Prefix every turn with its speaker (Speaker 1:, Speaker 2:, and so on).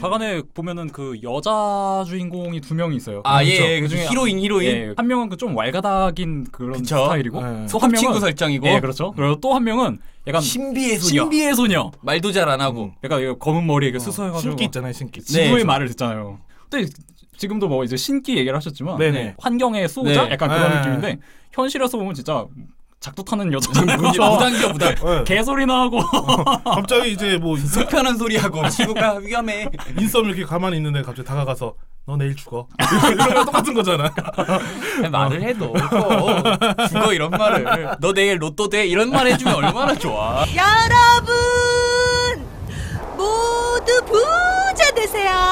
Speaker 1: 박안에 네. 보면은 그 여자 주인공이 두 명이 있어요.
Speaker 2: 아, 예, 예.
Speaker 1: 그중에
Speaker 2: 히로인, 히로인.
Speaker 1: 예, 한 명은 그 좀 왈가닥인 그런
Speaker 2: 그쵸. 네.
Speaker 1: 스타일이고
Speaker 3: 예.
Speaker 1: 또한
Speaker 2: 소꿉 친구
Speaker 1: 명은
Speaker 2: 설정이고.
Speaker 1: 예 그렇죠. 그리고 또 한 명은 약간
Speaker 2: 신비의 소녀.
Speaker 1: 신비의 음. 소녀.
Speaker 2: 말도 잘 안 하고.
Speaker 1: 약간 이거 검은 머리에 이거 수소해가지고
Speaker 3: 신기 있잖아요 신기.
Speaker 2: 네.
Speaker 1: 지구의 말을 듣잖아요. 근데 지금도 뭐 이제 신기 얘기를 하셨지만
Speaker 3: 네네.
Speaker 1: 환경의 수호자
Speaker 2: 네.
Speaker 1: 약간 그런
Speaker 3: 네.
Speaker 1: 느낌인데 현실에서 보면 진짜 작두 타는 여자 그렇죠.
Speaker 2: 무당이야 무당.
Speaker 1: 네.
Speaker 3: 예.
Speaker 1: 개소리나 하고
Speaker 3: 갑자기 이제 뭐 인썸,
Speaker 2: 불편한 소리 하고 지구가 위험해.
Speaker 3: 인썸 이렇게 가만히 있는데 갑자기 다가가서 너 내일 죽어. 이런 거 똑같은 거잖아.
Speaker 2: 네, 말을 해도 또 죽어 이런 말을. 너 내일 로또 돼 이런 말 해주면 얼마나 좋아.
Speaker 4: 여러분 모두 부자 되세요.